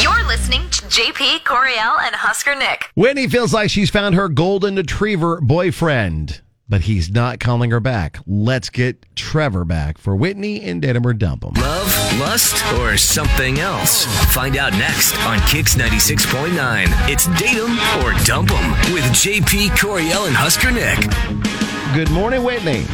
You're listening to JP Coriel and Husker Nick. Whitney feels like she's found her golden retriever boyfriend, but he's not calling her back. Let's get Trevor back for Whitney and Denimer Dump 'em. Love, lust, or something else? Find out next on Kix 96.9. It's Date 'em or Dump 'em with JP Coriel and Husker Nick. Good morning, Whitney.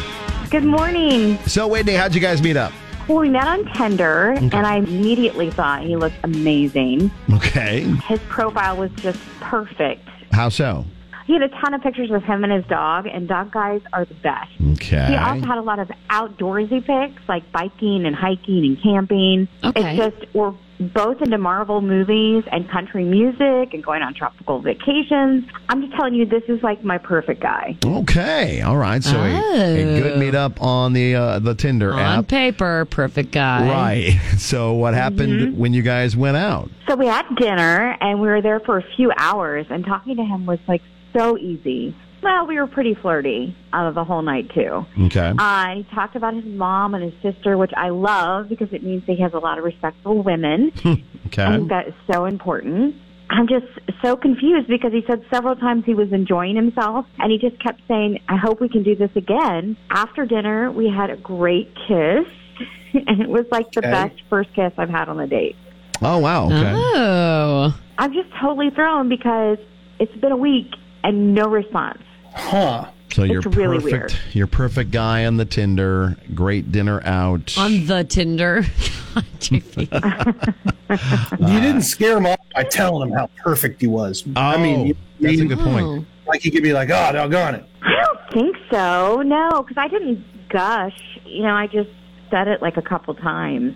Good morning. So, Whitney, how'd you guys meet up? Well, we met on Tinder, and I immediately thought he looked amazing. Okay. His profile was just perfect. How so? He had a ton of pictures of him and his dog, and dog guys are the best. He Okay. also had a lot of outdoorsy pics, like biking and hiking and camping. Okay. It's just we're both into Marvel movies and country music and going on tropical vacations. I'm just telling you, this is like my perfect guy. Okay. All right. So, a, a good Oh. meetup on the uh, the Tinder On app. paper, perfect guy. Right. So, what Mm-hmm. happened when you guys went out? So we had dinner and we were there for a few hours and talking to him was like so easy. Well, we were pretty flirty uh, the whole night too. Okay. Uh, and he talked about his mom and his sister, which I love because it means that he has a lot of respect for women. I Okay. think that is so important. I'm just so confused because he said several times he was enjoying himself and he just kept saying, I hope we can do this again. After dinner, we had a great kiss and it was like the best first kiss I've had on a date. Oh, wow. Okay. Oh. I'm just totally thrown because it's been a week and no response. So, you're it's really perfect. weird. You're perfect guy on the Tinder. Great dinner out. On the Tinder. JP. You didn't scare him off by telling him how perfect he was. I mean, you- Oh, that's a good point. like he could be like, "Oh, doggone it." I don't think so. No, because I didn't gush. You know, I just said it like a couple times.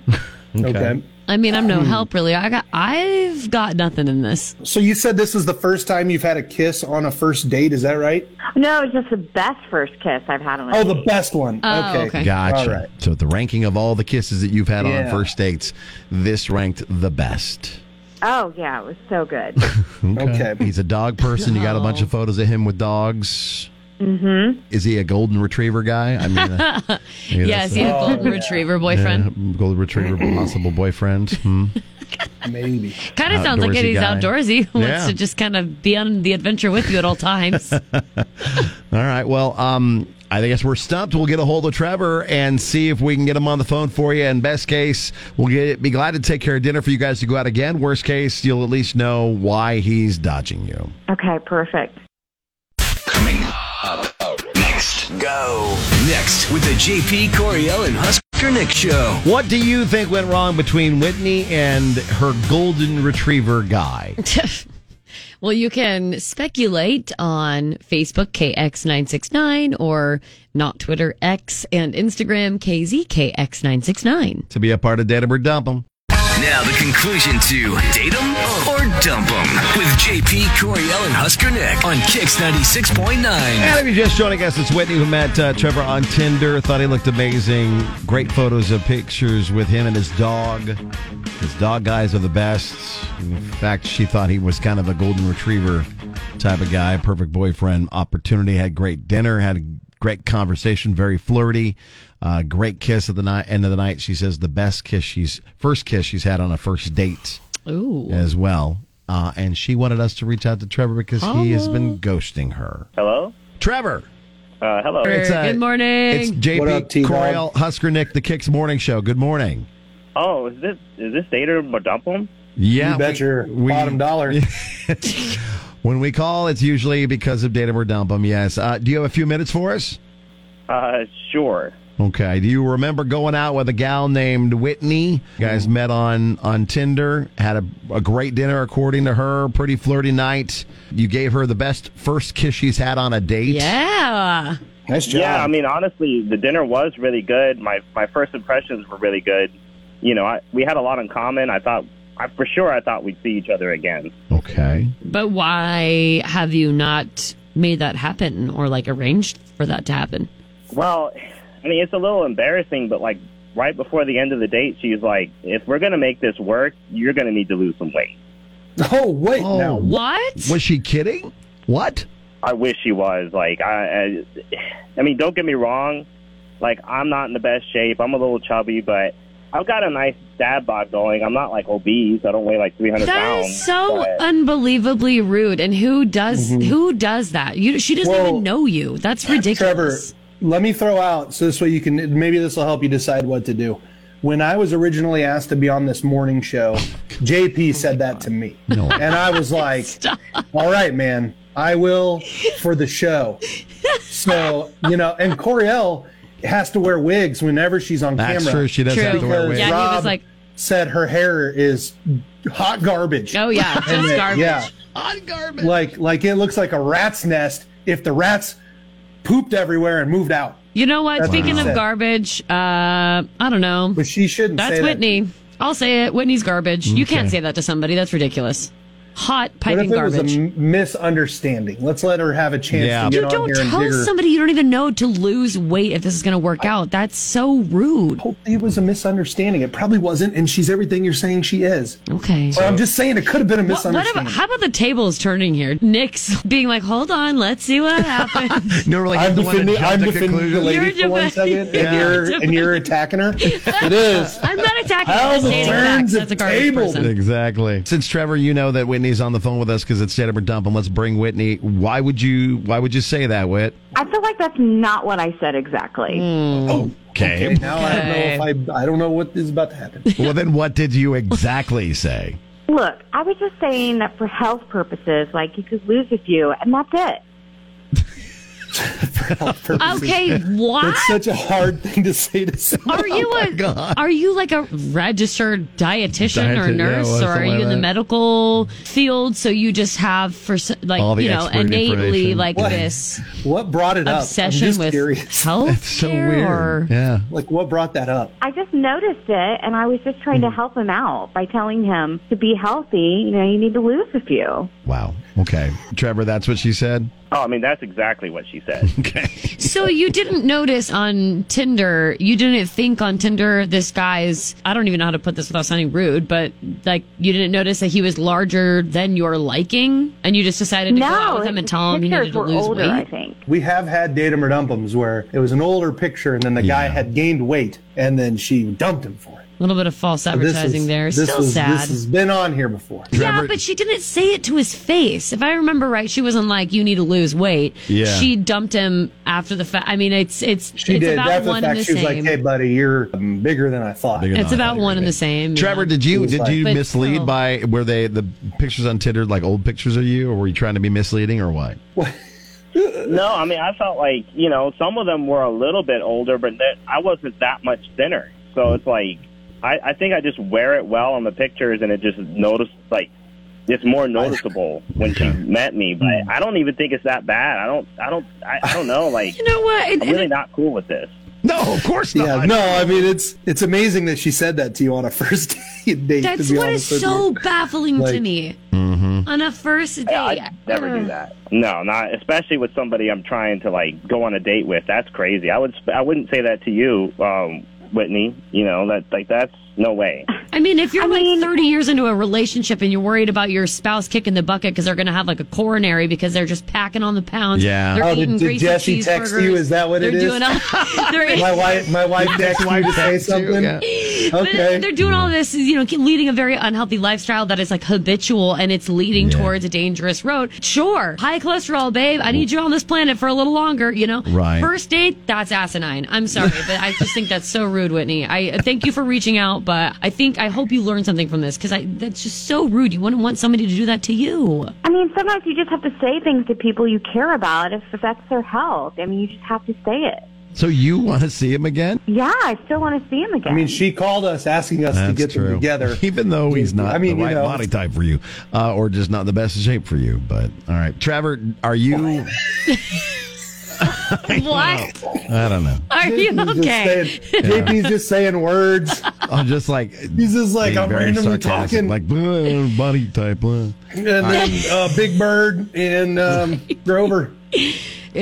Okay. I mean, I'm no help really. I got I've got nothing in this. So you said this is the first time you've had a kiss on a first date. Is that right? no, it's just the best first kiss I've had on a Oh, date. the best one. Oh, okay. okay. Gotcha. All right. So the ranking of all the kisses that you've had on Yeah. first dates, this ranked the best. Oh, yeah, it was so good. Okay. He's a dog person. You got a bunch of photos of him with dogs. Mm-hmm. Is he a golden retriever guy? I mean, uh, maybe Yes, that's you a- have golden retriever boyfriend. yeah, golden retriever possible boyfriend. Hmm. Maybe. Kind of sounds like Outdoorsy he's guy. outdoorsy. Wants Yeah. to just kind of be on the adventure with you at all times. All right. Well, um, I guess we're stumped. We'll get a hold of Trevor and see if we can get him on the phone for you. And best case, we'll get be glad to take care of dinner for you guys to go out again. Worst case, you'll at least know why he's dodging you. okay, perfect. Coming up next. Go. Next with the JP Coriel and Husker Nick Show. What do you think went wrong between Whitney and her golden retriever guy? Well, you can speculate on Facebook KX969 or not Twitter X and Instagram KZKX969. to be a part of Dead or Dump 'em. Now the conclusion to Date 'em or Dump 'em with JP Coriel and Husker Nick on Kix 96.9. And if you're just joining us, it's Whitney who met uh, Trevor on Tinder. Thought he looked amazing. Great photos of pictures with him and his dog. His dog guys are the best. In fact, she thought he was kind of a golden retriever type of guy. Perfect boyfriend. Opportunity. Had great dinner. Had a great conversation. Very flirty. Uh, great kiss at the night. End of the night. She says the best kiss she's first kiss she's had on a first date. Ooh. as well. Uh, and she wanted us to reach out to Trevor because he has been ghosting her. Hello? Trevor, Uh, hello. it's uh, Good morning. It's JP What up, T-Dog? Coriel Husker Nick, the Kicks Morning Show. Good morning. Oh, is this is this Dater Madumpum? Yeah, you bet we- your we- bottom dollar. When we call, it's usually because of datum or dump 'em, Yes. Uh, do you have a few minutes for us? Uh, sure. Okay. Do you remember going out with a gal named Whitney? You Mm-hmm. guys met on on Tinder, had a, a great dinner according to her, pretty flirty night. You gave her the best first kiss she's had on a date. yeah. nice job. Yeah, I mean, honestly, the dinner was really good. My my first impressions were really good. You know, I, we had a lot in common. I thought, I for sure, I thought we'd see each other again. Okay. But why have you not made that happen or like arranged for that to happen? Well, I mean, it's a little embarrassing, but like right before the end of the date, she's like, "If we're gonna make this work, you're gonna need to lose some weight." oh wait, Oh. now What? Was she kidding? What? I wish she was like I, I. I mean, don't get me wrong. Like I'm not in the best shape. I'm a little chubby, but I've got a nice dad bod going. I'm not like obese. I don't weigh like 300 That pounds. is so but- unbelievably rude. And who does who does that? You she doesn't Mm-hmm. Well, even know you. That's ridiculous. Trevor, let me throw out so this way you can maybe this will help you decide what to do. When I was originally asked to be on this morning show, Oh JP said that to me. And I was like, all right, man, I will for the show. So, you know, and Coriel has to wear wigs whenever she's on That's camera. true. She does True. have to wear Because wigs. Yeah, he was Rob like- said her hair is hot garbage. Oh yeah, And just it- garbage. Yeah, like like it looks like a rat's nest if the rats pooped everywhere and moved out. You know what? That's what Speaking he of said. garbage, uh, I don't know. But she shouldn't. That's say that. Whitney. I'll say it. Whitney's garbage. You can't say that to somebody. That's ridiculous. Hot What if piping it was garbage. a m- misunderstanding? Let's let her have a chance Yeah. to get You You on don't here and tell dig her. somebody you don't even know to lose weight if this is going to work out. That's so rude. Hopefully it was a misunderstanding. It probably wasn't, and she's everything you're saying she is. Okay. But I'm just saying it could have been a What, what misunderstanding. about, how about the tables turning here? Nick's being like, hold on, let's see what happens. No, really, I'm he's the one that defending, I'm jumped to defending the conclusions. lady You're for one defending- second, Yeah. and you're and you're attacking her. It is. I'm not attacking. How I'm just the stating turns facts. of That's a garbage tables. person. Exactly. Since Trevor, you know that Whitney's on the phone with us because it's Jennifer Dump, and let's bring Whitney. Why would you? Why would you say that, Whit? I feel like that's not what I said exactly. Okay. Okay, now I don't know if I I don't know what is about to happen. Well, then what did you exactly say? Hmm. Look, I was just saying that for health purposes, like you could lose a few, and that's it. Okay, what? That's such a hard thing to say to Oh someone. Are you a are you like a registered dietitian or Dieti- yeah, nurse, well, or are something you like in the that. medical field? So you just have for s- like All the you know expert innately information. like What? this What brought it up? I'm obsession just with curious. health That's so weird. Yeah. Like, what brought that up? I just noticed it, and I was just trying Hmm. to help him out by telling him to be healthy. You know, you need to lose a few. Wow. Okay. Trevor, that's what she said. oh, I mean, that's exactly what she said. Okay. So you didn't notice on Tinder, you didn't think on Tinder this guy's I don't even know how to put this without sounding rude, but like you didn't notice that he was larger than your liking and you just decided to go out no, with him and tell him you pictures needed to were lose older, weight. I think. We have had datum or dumpums where it was an older picture, and then the guy Yeah. had gained weight, and then she dumped him for it. A little bit of false advertising is, there. This Still is, sad. This has been on here before. Yeah, but she didn't say it to his face. If I remember right, she wasn't like, "You need to lose weight." Yeah. she dumped him after the fact. I mean, it's it's She it's did. about After the one and fact, the she was like, same. "Hey, buddy, you're um, bigger than I thought." Bigger it's than I about thought one you and were. the same. Trevor, yeah. did you did like- you But mislead still. by were they the pictures on Tinder like old pictures of you, or were you trying to be misleading, or what? No, I mean, I felt like, you know, some of them were a little bit older, but that- I wasn't that much thinner. So it's like, I, I think I just wear it well on the pictures and it just notice like, it's more noticeable when she met me, but I don't even think it's that bad. I don't, I don't, I, I don't know. Like, You know what? It- I'm really not cool with this. No, of course Yeah, no, I mean it's it's amazing that she said that to you on a first date. to that's be what is honest with so you. baffling to Like- mm-hmm. me. On a first date, Yeah, I never Hmm. do that. No, not especially with somebody I'm trying to like go on a date with. That's crazy. I would, sp- I wouldn't say that to you, um, Whitney. You know that, like, that's no way. I mean, if you're I like mean- 30 years into a relationship and you're worried about your spouse kicking the bucket because they're going to have like a coronary because they're just packing on the pounds. Yeah. They're Oh, did- eating did greasy Jesse text you? cheeseburgers. Is that what they're it is? Doing all, they're My wife, my wife texted me to say texted you, something. yeah. But Okay, they're doing all this, you know, leading a very unhealthy lifestyle that is like habitual and it's leading Yeah. towards a dangerous road. Sure, high cholesterol, babe. I need you on this planet for a little longer, you know. Right. First date, that's asinine. I'm sorry, but I just think that's so rude, Whitney. I uh, thank you for reaching out, but I think I hope you learned something from this because I that's just so rude. You wouldn't want somebody to do that to you. I mean, sometimes you just have to say things to people you care about if, if that's their health. I mean, you just have to say it. So you want to see him again? Yeah, I still want to see him again. I mean, she called us asking us to get them together. Even though he's not I mean, the you right know. body type for you, uh, or just not the best shape for you. But all right, Trevor, are you? What? I don't know. Are you JP's okay? Just saying, JP's just saying words. I'm just like He's just like, being I'm very randomly sarcastic, talking. like "Uh, body type. uh." And then uh, Big Bird and um, Grover.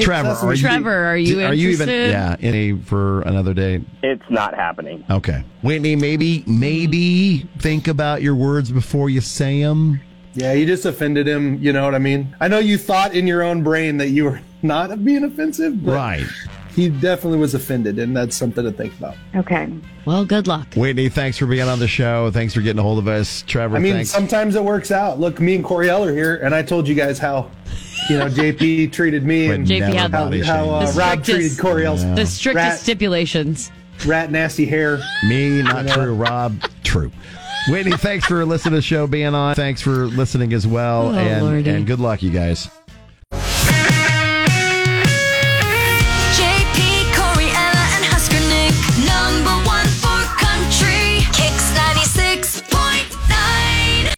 Trevor, are you, Trevor, are you are you even interested? yeah in a for another date? It's not happening. Okay, Whitney, maybe maybe think about your words before you say them. Yeah, you just offended him. You know what I mean? I know you thought in your own brain that you were not being offensive, but Right. he definitely was offended, and that's something to think about. Okay. Well, good luck. Whitney, thanks for being on the show. Thanks for getting a hold of us. Trevor, I mean, thanks. sometimes it works out. Look, me and Coriel are here, and I told you guys how, you know, JP treated me and JP Never had- how, body how shame. uh, The Rob treated strictest- Coriel's The strictest Rat. stipulations. rat nasty hair. Me, not true. Rob, true. Whitney, thanks for listening to the show, being on. Thanks for listening as well. Oh, and, Lordy. and good luck, you guys.